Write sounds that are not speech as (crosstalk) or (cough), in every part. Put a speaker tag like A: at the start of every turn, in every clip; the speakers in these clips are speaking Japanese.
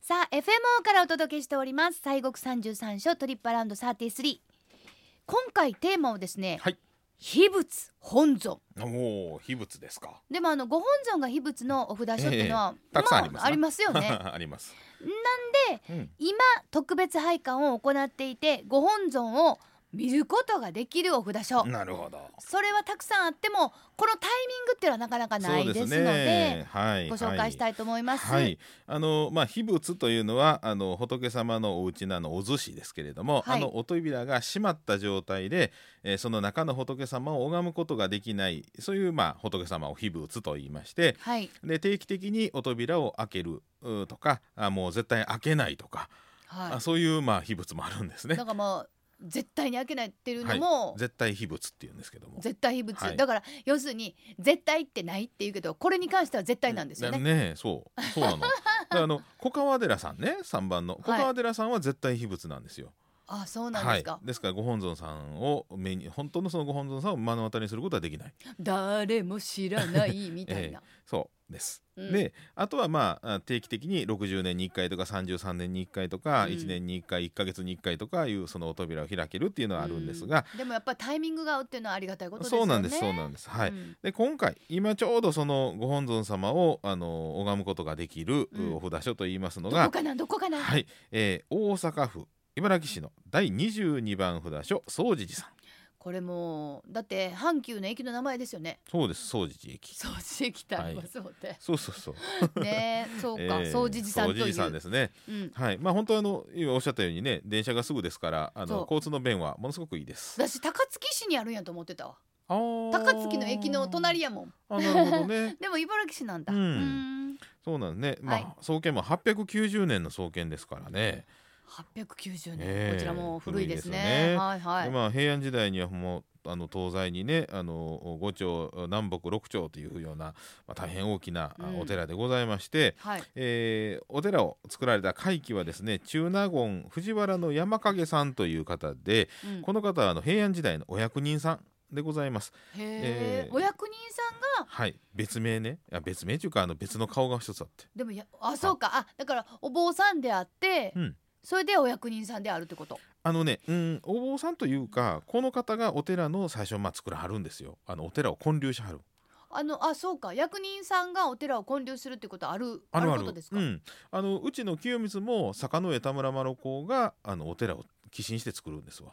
A: さあ FMO からお届けしております西国三十三所トリップアラウンド33今回テーマをですね、
B: はい
A: 秘仏本尊
B: おお、秘仏ですか。
A: でもあのご本尊が秘仏のお札書っていうのは、
B: ええたくさんありますな
A: ありますよね
B: (laughs) あります。
A: なんで
B: うん、
A: 今特別拝観を行っていてご本尊を見ることができるお札書
B: なるほど。
A: それはたくさんあってもこのタイミングっていうのはなかなかないですので
B: はい、
A: ご紹介したいと思います。
B: はい、あのまあ秘仏というのはあの仏様のお家のあのお寿司ですけれども、
A: はい
B: あのお扉が閉まった状態で、えーその中の仏様を拝むことができないそういうまあ仏様を秘仏と言いまして、
A: はい
B: で定期的にお扉を開けるうとか、あもう絶対開けないとか、
A: は
B: あそういうまあ秘仏もあるんです
A: い、
B: ね
A: なん。かもう絶対に開けないっていうのも、
B: 絶対秘仏って言うんですけども。
A: 絶対秘仏、
B: はい
A: だから要するに絶対ってないっていうけどこれに関しては絶対なんですよね。
B: ねえそうそ
A: (laughs)
B: うなの。であの小川寺さんね3番の小川寺さんは絶対秘仏なんですよ。
A: あそうなんですか、
B: はい、ですからご本尊さんを目に本当のそのご本尊さんを目の当たりにすることはできない。
A: 誰も知らないみたい
B: (laughs)
A: な。
B: そうです。
A: うん
B: であとはまああ定期的に60年に1回とか33年に1回とか
A: うん
B: 1年に1回1ヶ月に1回とかいうそのお扉を開けるっていうのはあるんですが、
A: うんでもやっぱりタイミングが合うっていうのはありがたいことですよ
B: そ
A: ね。
B: うなんですそうなんです。はい、
A: うん
B: で今回今ちょうどそのご本尊様をあの拝むことができる
A: うん
B: お札所といいますの
A: ど
B: が
A: こ、かなどこかな、
B: はい、えー大阪府茨城市の第22番札所総持寺さん
A: これもうだって阪急の駅の名前ですよね。
B: そうです総持寺駅
A: 掃除機たいはそうで、
B: そうそうそう、
A: ねそうか、
B: (laughs) えー
A: 掃除時さんと
B: 総持
A: い
B: 寺さん
A: う
B: で。すね
A: うん
B: はいまあ本当あの今おっしゃったようにね電車がすぐですからあ
A: そう
B: の交通の便はものすごくいいです
A: 私高槻市にあるんやと思ってたわ高
B: 高
A: 槻の駅の隣やもん
B: あなるほ
A: (laughs)
B: どね
A: でも茨城市なんだ
B: うん
A: うん
B: そうなんですねまあ、
A: はい
B: 創建も890年の創建ですからね
A: 890年、
B: ええ
A: こちらも古いですね
B: 古いですよね
A: はいは
B: で
A: い、
B: まあ、平安時代にはもうあの東西にねあの五町南北六町というような、まあ、大変大きなあ
A: うん
B: お寺でございまして、
A: はい、
B: えーお寺を作られた会期はですね中納言藤原の山影さんという方で
A: うん
B: この方はあの平安時代のお役人さんでございます。
A: へえ
B: えー
A: お役人さんが
B: はい別名ねあ別名というかあの別の顔が一つあって
A: でもやあそうかあだからお坊さんであって、
B: うん
A: それでお役人さんであるってこと
B: あのねうんお坊さんというかこの方がお寺の最初まあ作らはるんですよあのお寺を建立しはる。
A: あのあそうか役人さんがお寺を建立するってことあるあることですか、
B: うん、あのうちの清水も坂上田村麻呂子があのお寺を寄進して作るんですわ、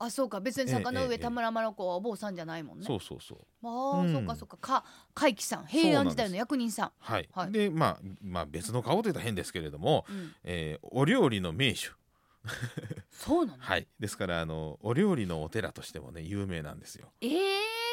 A: あそうか別に坂の上田村麻呂子はお坊さんじゃないもんね、
B: そうそうそう
A: あー、
B: うん
A: そうかそうかか海輝さん平安時代の役人さん
B: はい、
A: はい
B: で、まあ、まあ別の顔といったら変ですけれども、
A: うん、
B: えーお料理の名手
A: そうなの、
B: はいですからあのお料理のお寺としてもね有名なんですよ、
A: ええ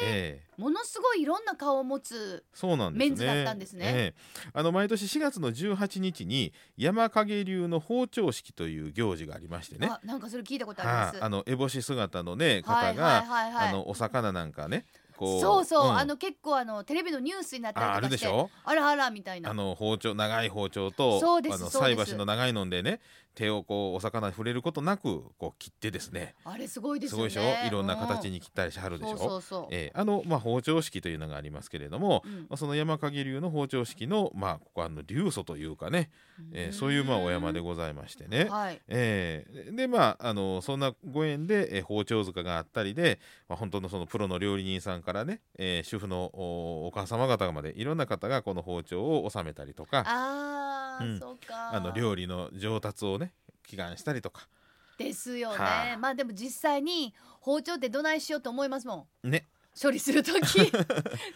B: ええ
A: ものすごいいろんな顔を持つ
B: そうなんですね
A: メンズだったんですね
B: ええあの毎年4月の18日に山影流の包丁式という行事がありましてね
A: あなんかそれ聞いたことありま
B: は
A: す
B: いあの烏帽子姿のね
A: は
B: 方
A: い
B: が、
A: はいはいはい
B: あのお魚なんかねこう
A: そうそう、
B: ん
A: あの結構あのテレビのニュースになったりと
B: あ
A: か
B: あるで
A: し
B: してょ
A: あらあらみたいな
B: あの包丁長い包丁と
A: そうです
B: あの
A: そうで
B: 菜
A: す
B: 箸の長いのでね手をこうお魚に触れることなくこう切ってですね
A: あれすごいですすよ
B: ご
A: ね
B: いでしょいろんな形
A: に
B: に切ったりしはるでし
A: そうそ
B: ょ
A: うそう、
B: えーあの、まあ、包丁式というのがありますけれども
A: うん
B: その山影流の包丁式の、まあ、ここはあの流祖というかね、えーそういうまあお山でございましてね、
A: はい
B: えーでまああのそんなご縁で、えー包丁塚があったりで、まあ、本当のそのプロの料理人さんからね、えー主婦のおお母様方までいろんな方がこの包丁を収めたりとか
A: あー、
B: うん
A: そうか
B: あの料理の上達をね祈願したりとか
A: ですよね、
B: はあ
A: まあでも実際に包丁ってどないしようと思いますもん
B: ね
A: 処理する
B: (laughs)
A: 時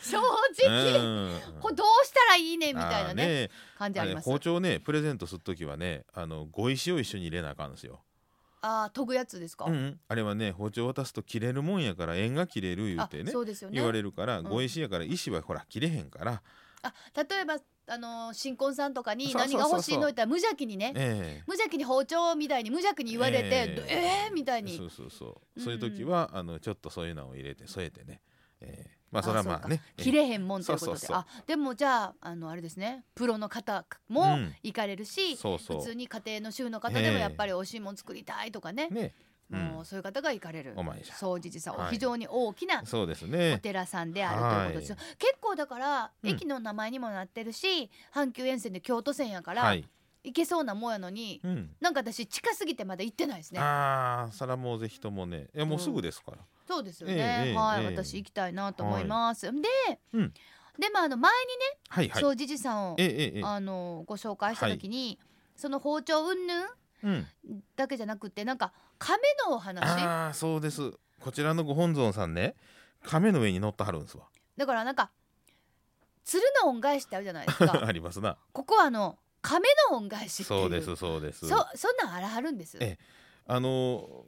A: 正直これどうしたらいいねみたいなね感じ
B: あ
A: あ
B: れ
A: ります
B: 包丁ねプレゼントする時はねあの碁石を一緒に入れなあかんですよ、
A: ああ研ぐやつですか、
B: うんうんあれはね包丁渡すと切れるもんやから縁が切れる言う
A: あ
B: てね
A: そうですよね
B: 言われるから
A: ん
B: 碁石やから石はほら切れへんから、
A: あ例えばあの新婚さんとかに
B: そうそう
A: 何
B: そう
A: が
B: そう
A: 欲しいの言ったら無邪気にね
B: え
A: 無邪気に包丁みたいに無邪気に言われて
B: ええ
A: どえー、みたい
B: えそ
A: に
B: うそうそう、
A: うん
B: そういう時はあのちょっとそういうのを入れて添えてね、ええまあそれはまあね
A: そうか切れへんもんと
B: そ
A: いううこと
B: そう
A: で
B: そう
A: あでもじゃああのあれですねプロの方
B: う
A: も
B: ん
A: 行かれるし、
B: そうそう
A: 普通に家庭の主婦の方でも
B: ええ
A: やっぱり美味しいもん作りたいとかね、
B: ね、うん
A: もうそういう方が行かれる
B: お前じゃ
A: 総持寺さん、
B: はい
A: 非常に大きな
B: そうです
A: お
B: ね
A: 寺さんであるということですよ、結構だから
B: うん
A: 駅の名前にもなってるし、阪急沿線で京都線やから、
B: はい
A: 行けそうなもんやのに
B: うん
A: なんか私近すぎてまだ行ってないですね
B: ああそれはもうぜひともねいやもうすぐですから、
A: そうですよ
B: え
A: ね、
B: え
A: はい、
B: ええ
A: 私行きたいなと思います、で、
B: うん
A: でもあの前
B: はい
A: に
B: はい
A: 総持寺さんを、
B: えええええ
A: あのご紹介した時に、その包丁云々
B: えうん
A: だけじゃなくてなんか亀のお話
B: ああそうですこちらのご本尊さんね亀の上に乗ってはるんですわ
A: だからなんか鶴の恩返しってあるじゃないですか
B: (laughs) ありますな
A: ここはあの亀の恩返しっていう
B: そうですそうです
A: そそんなんあらはるんです
B: ええあの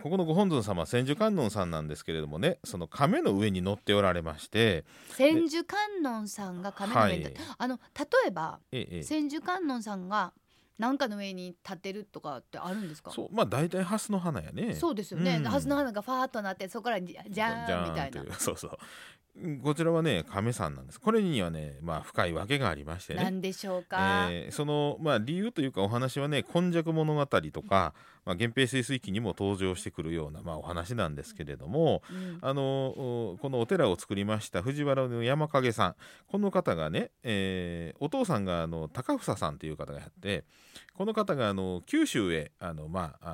B: ここのご本尊様千手観音さんなんですけれどもねその亀の上に乗っておられまして
A: 千手観音さんが亀の上に立って、
B: は
A: あの例えば
B: ええええ
A: 千手観音さんが何かの上に立ってるとかってあるんですか
B: そうまあ大体ハスの花やね
A: そうですよね、
B: うん
A: ハスの花がファーッとなってそこからじゃじゃーんみたい
B: と
A: な
B: うそうそうこちらはね亀さんなんですこれにはねまあ深いわけがありましてね
A: なんでしょうか、
B: えーその、まあ、理由というかお話はね「今昔物語」とか「まあ、源平盛衰記」にも登場してくるような、まあ、お話なんですけれども、
A: うん
B: あのおこのお寺を作りました藤原の山影さんこの方がね、えーお父さんがあの高房さんという方がやってこの方があの九州へあのまあ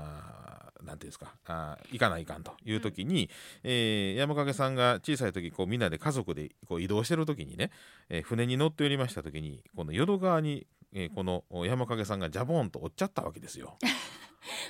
B: あーなんていうんですかあー行かないかんという時に、えー山影さんが小さい時こうみんなで家族でこう移動してる時にね、えー船に乗っておりました時にこの淀川に、えーこの山影さんがジャボンと落っちゃったわけですよ。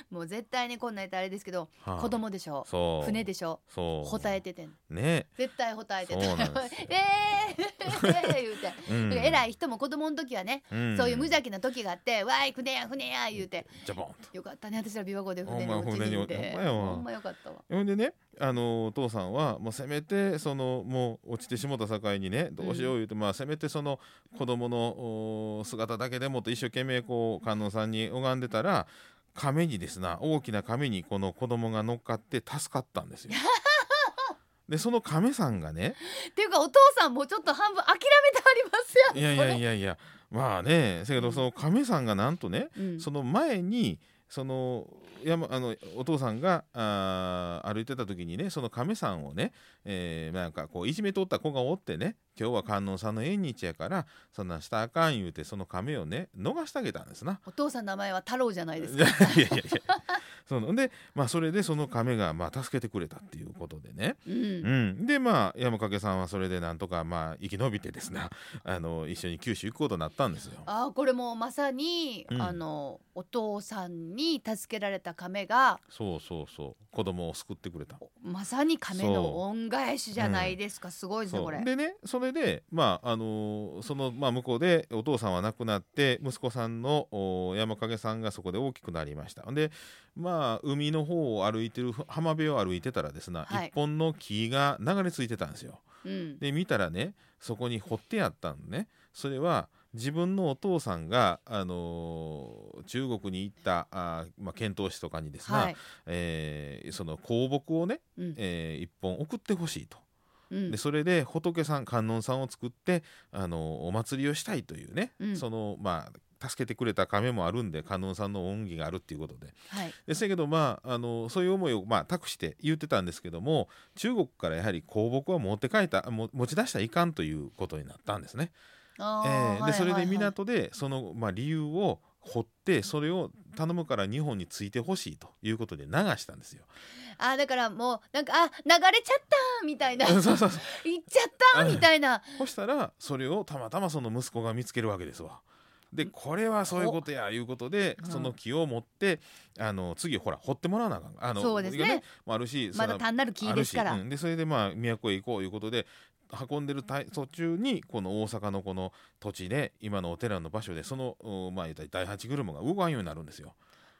A: もう絶対にこんなんやったらあれですけど
B: はい
A: (laughs) 子供でしょ
B: そう
A: 船でしょ
B: そう
A: ほたえててん
B: ね
A: 絶対ほたえてた
B: そうなんですよ
A: (laughs) えー (laughs) 言うて、
B: うん
A: 偉い人も子供の時はね、
B: うん
A: そういう無邪気な時があって「わーい船や船や」言うて
B: ジャボンと
A: よかったね私ら琵琶湖で船に
B: ほん
A: 落
B: ま
A: ちていて
B: 船にほんまやわ
A: ほんまよかったわ
B: ほんでね、あのお父さんは、まあ、せめてそのもう落ちてしもた境にねどうしよう言うて、まあ、せめてその子供のお姿だけでもと一生懸命こう観音さんに拝んでたら亀にですな大きな亀にこの子供が乗っかって助かったんですよ。でその亀さんが (laughs) ね
A: っていうかお父さんもちょっと半分諦めてあ
B: い
A: ります
B: や
A: よ
B: いやいやいやまあねせやけどその亀さんがなんとね
A: うん
B: その前にその山あのお父さんがあー歩いてた時にねその亀さんをね、えーなんかこういじめとった子がおってね今日は観音さんの縁日やからそんなんしたらあかん言うてその亀をね逃してあげたんですな。
A: お父さんの名前は太郎じゃないです
B: い
A: か
B: (laughs) やいやいやそので、まあ、それでその亀が、まあ、助けてくれたっていうことでね、
A: う
B: うんん、でまあ山掛さんはそれでなんとか、まあ、生き延びてですねあの一緒に九州行くことになったんですよ。
A: あーこれもまさに、
B: うん
A: あのお父さんに助けられた亀が
B: そうそうそう子供を救ってくれた。
A: まさに亀の恩返しじゃないですか、すごいですね
B: そ
A: これ
B: うでねそれでまああのーその、まあ、向こうでお父さんは亡くなって息子さんのお山影さんがそこで大きくなりましたでまあ海の方を歩いてる浜辺を歩いてたらですね、
A: はい
B: 一本の木が流れ着いてたんですよ
A: うん、
B: で見たらねそこに掘ってやったんねそれは自分のお父さんが、あのー中国に行ったあー、まあ、遣唐使とかにですね、
A: はい、
B: えーその香木をね、
A: うん
B: えー一本送ってほしいと。
A: うん
B: でそれで仏さん観音さんを作ってあのお祭りをしたいというね、
A: うん
B: そのまあ助けてくれた亀もあるんで観音さんの恩義があるっていうことで
A: はい、
B: でせやけどまああのそういう思いを、まあ、託して言ってたんですけども中国からやはり香木は持って帰ったも持ち出したらいかんということになったんですね。
A: あ
B: え
A: ー
B: ーでそれで、
A: はいはいはい
B: 港でその、まあ、理由を掘ってそれを頼むから日本についてほしいということで流したんです
A: (laughs)
B: よ。
A: あーだからもうなんかあ流れちゃったみたいな
B: そ
A: (laughs) 行
B: う
A: っ
B: そうそう
A: ちゃったみたいな
B: そしたらそれをたまたまその息子が見つけるわけですわ。でこれはそういうことやいうことで
A: うん
B: その木を持ってあの次ほら掘ってもらわなあかんあの
A: そうですね
B: がまああるし
A: まだ
B: その
A: 単なる木ですから、
B: あるしうんでそれでまあ都へ行こういうことで運んでるたい途中にこの大阪のこの土地で今のお寺の場所でそのおまあ言ったら第八車が動かんようになるんですよ。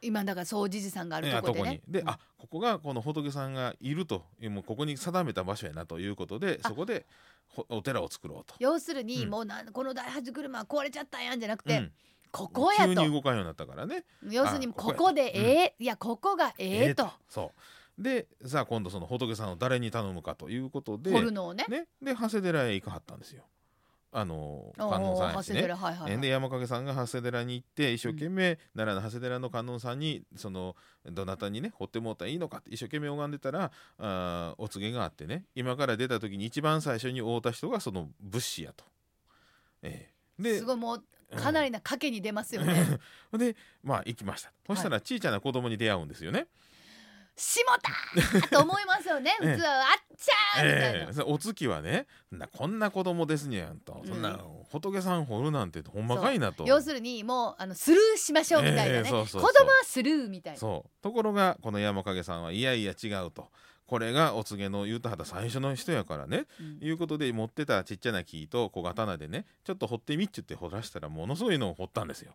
A: 今だから総持寺さんがある
B: ええ
A: とこでね
B: に。で、
A: うん
B: あここがこの仏さんがいるというもうここに定めた場所やなということで
A: あ
B: そこでほお寺を作ろうと。
A: 要するに、
B: うん
A: もうなんこの大八車は壊れちゃったやんじゃなくて、
B: うん
A: ここや
B: 急に
A: と
B: 動かんようになったからね。
A: 要するに
B: あ
A: こ
B: ここやと
A: こでええ、いやここがええと、
B: そうでさあ今度その仏さんを誰に頼むかということで
A: 掘るのをね
B: ね、で長谷寺へ行かはったんですよ。あの
A: おー
B: 観音さんや
A: 長
B: し
A: 谷
B: ね。
A: 寺はいはい、
B: え
A: は
B: ん
A: い
B: で山掛さんが長谷寺に行って一生懸命奈良の長谷寺の観音さんにそのどなたにね掘ってもうたらいいのかって一生懸命拝んでたらあーお告げがあってね今から出た時に一番最初に会うた人がその仏師やと。ええです
A: ごいもうかなりな賭けに出ますよね
B: (laughs) でまあ行きましたそしたらちいちゃな子供に出会うんですよね、
A: しもたと思いますよ
B: (laughs)
A: ね
B: ええ
A: 普通はあっちゃーみたいな、
B: ええそれお月はねなこんな子供ですにゃんと、そん
A: う
B: な仏さん掘るなんてほんまかいなと
A: 要するにもうあのスルーしましょうみたいなね、
B: ええそうそうそう
A: 子供はスルーみたいな
B: そうところがこの山影さんはいやいや違うとこれがお告げの言うたはた最初の人やからね
A: うん
B: いうことで持ってたちっちゃな木と小刀でねちょっと掘ってみっちゅって掘らしたらものすごいのを掘った
A: (laughs)
B: んですよ。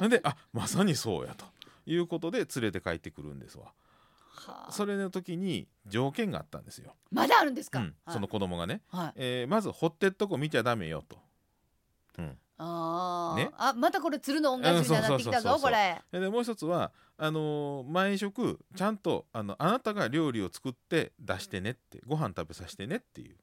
B: なんであまさにそうやということで連れて帰ってくるんですわ。
A: はあ
B: それの時に条件があったんですよ。
A: まだあるんです
B: う
A: か、
B: ん、
A: はい
B: その子供がね、
A: はい、
B: えーまず掘ってっとこ見ちゃダメよと。うん、
A: あー、
B: ね
A: あまたこれ鶴の恩返しみたいになってきたぞ
B: うんそうそうそうそう
A: これ
B: でもう一つはあのー毎食ちゃんとあのあなたが料理を作って出してねってご飯食べさせてねっていう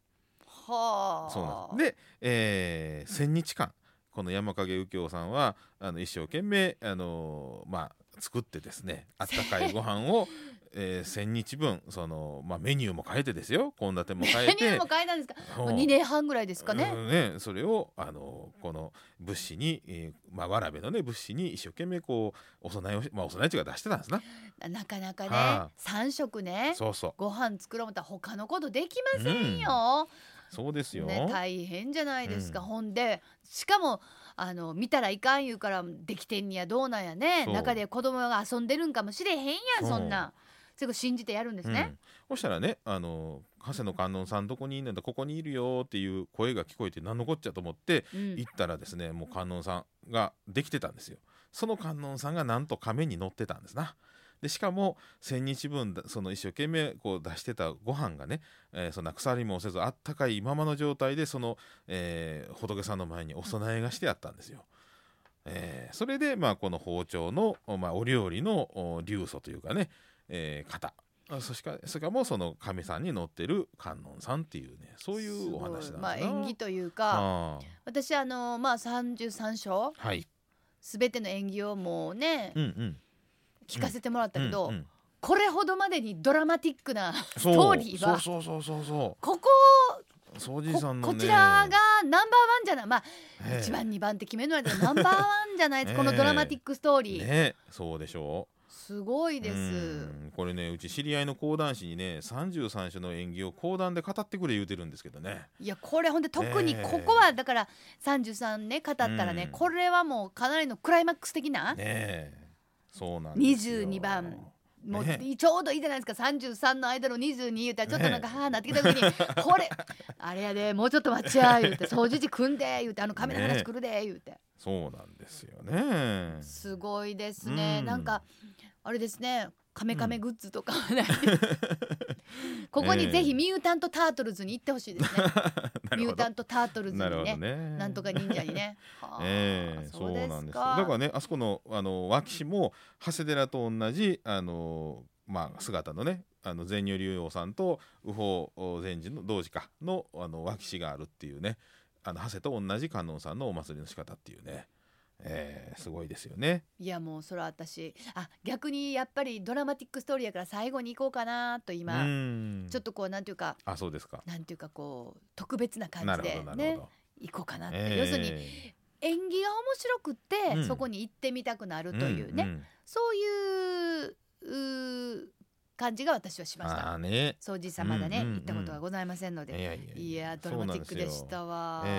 A: はあ
B: そうなんですで、えー、1000日間この山影右京さんはあの一生懸命、あのーまあ、作ってですねあったかいご
A: (laughs)
B: 飯を、えー、1000日分その、まあ、メニューも変えてですよ献立も変え
A: メニュー
B: て
A: も。変えたんですか
B: うん
A: もう2年半ぐらいですかね、
B: うんねそれをあのこの物資に、えーまあ、わらべのね物資に一生懸命こうお供えをし、まあ、お供えっていうか出してたんですな
A: なかなかね、
B: はあ
A: 三食ね
B: そうそう
A: ご飯作ろうと他のことできません
B: うん
A: よ、
B: そうですよ、
A: ね、大変じゃないですか、
B: うん
A: ほんでしかもあの見たらいかん言うからできてんやどうなんやね
B: そう
A: 中で子供が遊んでるんかもしれへんやんそんなそれを信じてやるんですね、
B: うん、そしたらねあの長谷野観音さんどこにいるんだここにいるよっていう声が聞こえて何のこっちゃと思って
A: うん
B: 行ったらですねもう観音さんができてたんですよその観音さんがなんと亀に乗ってたんですなでしかも1,000日分だその一生懸命こう出してたご飯がね、えーそんな腐りもせずあったかいままの状態でその、えー仏さんの前にお供えがしてあったんですよ。えーそれで、まあ、この包丁の、まあ、お料理のお流祖というかね、えー型あそしかそれからもその神さんに乗ってる観音さんっていうねそういうお話なんです
A: すご
B: ない
A: まあ演技というか
B: あー
A: 私あのまあ33章
B: はい
A: すべての演技をもうね
B: うんうん、
A: 聞かせてもらったけど、
B: うんうん
A: これほどまでにドラマティックなスト
B: そう
A: ーリーは
B: そうそうそうそうそ
A: ここ
B: う総じい
A: こ
B: さんの
A: こ
B: ね
A: ちらがナンバーワンじゃないまあ
B: ええ
A: 1番2番って決めるのはナンバーワンじゃないですこのドラマティックストーリー、
B: ねそうでしょ
A: すごいうです、
B: うんこれねうち知り合いの講談師にね33種の演技を講談で語ってくれ言うてるんですけどね
A: いやこれほんで特に
B: ねえ
A: ここはだから33ね語ったらね、
B: うん
A: これはもうかなりのクライマックス的な、
B: ねえそうなんですよ
A: 22番もう
B: ね
A: ちょうどいいじゃないですか33の間の22言うたらちょっとなんか
B: ね
A: はあなってきた時に、これあれやでもうちょっと待ちや言う
B: (laughs)
A: て掃除時組んで言うてあのカメラ話来るで言うて、
B: そうなんですよね
A: すごいですね、
B: うん
A: なんかあれですねカメカメグッズとか (laughs) はない、ここにぜひミュータント・タートルズに行ってほしいですね、
B: (laughs) な
A: ミ
B: る
A: ュ
B: ほ
A: ータ
B: ど
A: ント・タートルズに
B: なるほど
A: ね
B: ね
A: なんとか忍者に
B: (laughs)
A: ねはあ
B: ええそうなんですよだからねあそこのあの脇市も長谷寺と同じあのまあ姿のねあの善入竜王さんと右方禅師の同時かのあの脇市があるっていうねあの長谷と同じ観音さんのお祭りの仕方っていうね、ええすごいですよね。
A: いやもうそれは私あ逆にやっぱりドラマティックストーリーやから最後に行こうかなと今、
B: うん
A: ちょっとこうなんていうか
B: あそうですか。
A: なんていうかこう特別な
B: な
A: 感
B: る
A: じ
B: ほ
A: で
B: どなる
A: ね
B: ほど。
A: 行こうかなって、
B: ええ
A: 要するに演技が面白くって、
B: うん
A: そこに行ってみたくなるというね、
B: んん
A: そういううー感じが私はしまし
B: あ
A: た
B: あね。
A: 掃除さんまだね、
B: うんうんうん
A: 行ったことがございませんの
B: い
A: で、
B: やいやいや
A: いやドラマティックでしたわ、
B: そ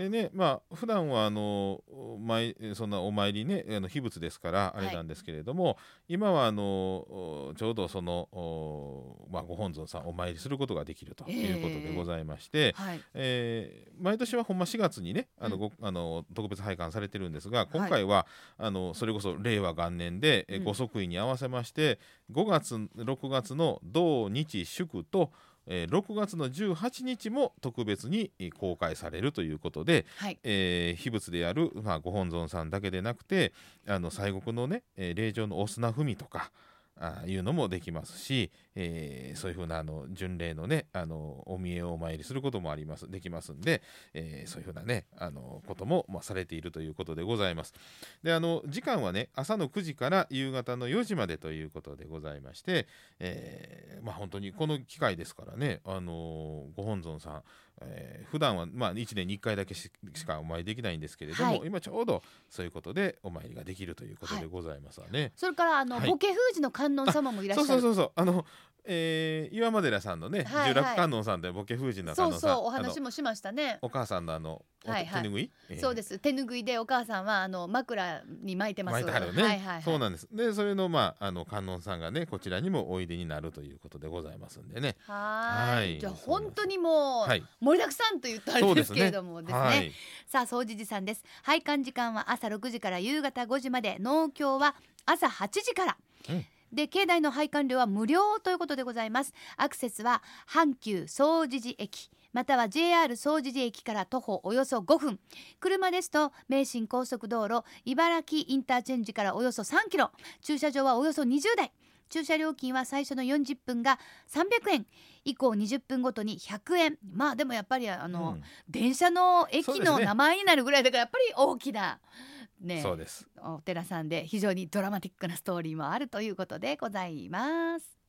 B: うでねまあ普段はあの毎そんなお参りねあの秘仏ですからあ
A: はい
B: れなんですけれども、今はあのおちょうどその、おまあ、ご本尊さんお参りすることができるということでございまして、
A: はい
B: えー毎年はほんま4月にねあの、
A: うん
B: ごあの特別拝観されてるんですが今回は、あのそれこそ令和元年で、え
A: うん
B: ご即位に合わせまして5月6月の同日祝と、えー6月の18日も特別にえー公開されるということで、
A: はい
B: えー秘仏である、まあ、ご本尊さんだけでなくてあの西国のね、えー霊場のお砂踏みとかあーいうのもできますし、えーそういうふうなあの巡礼のねあのお見えをお参りすることもありますできますんで、えーそういうふうなねあのことも、まあ、されているということでございます。であの時間はね朝の9時から夕方の4時までということでございまして、えーまあ、本当にこの機会ですからね、あのご本尊さんえー普段はまあ1年に1回だけししかお参りできないんですけれども、
A: はい
B: 今ちょうどそういうことでお参りができるということでございますわね。
A: それからあの、
B: はい
A: ボケ封じの観音様もいらっしゃ
B: そう
A: る
B: そうそうそうあの、えー岩間寺さんの
A: は
B: ね、
A: いはい
B: 十楽観音さんでボケ封じの
A: そ
B: 観
A: う
B: 音
A: そう
B: さん
A: お
B: あの
A: 話もしましたね
B: お母さんのあのお
A: はいはい
B: 手拭い、えー
A: そうです手拭いでお母さんはあの枕に巻いてます
B: 巻いてはるよね、
A: はいはいはい、
B: そうなんですでそれのまああの観音さんがねこちらにもおいでになるということでございますんでね
A: はーい
B: はい
A: じゃあ
B: そうなんです
A: 本当にもう、
B: はい
A: 盛りだくさんと言った
B: そ
A: ん
B: う
A: で
B: ですす
A: け
B: ね
A: れどもですね
B: はい
A: さあ総持寺さんです拝観時間は朝6時から夕方5時まで農協は朝8時から、
B: うん
A: で境内の拝観料は無料ということでございますアクセスは阪急総持寺駅または JR 総持寺駅から徒歩およそ5分車ですと名神高速道路茨城インターチェンジからおよそ3キロ駐車場はおよそ20台駐車料金は最初の40分が300円以降20分ごとに100円まあでもやっぱりあの、
B: うん
A: 電車の
B: そう
A: 駅
B: です
A: の
B: ね
A: 名前になるぐらいだからやっぱり大きな、ね、
B: そうです
A: お寺さんで非常にドラマティックなストーリーもあるということでございます。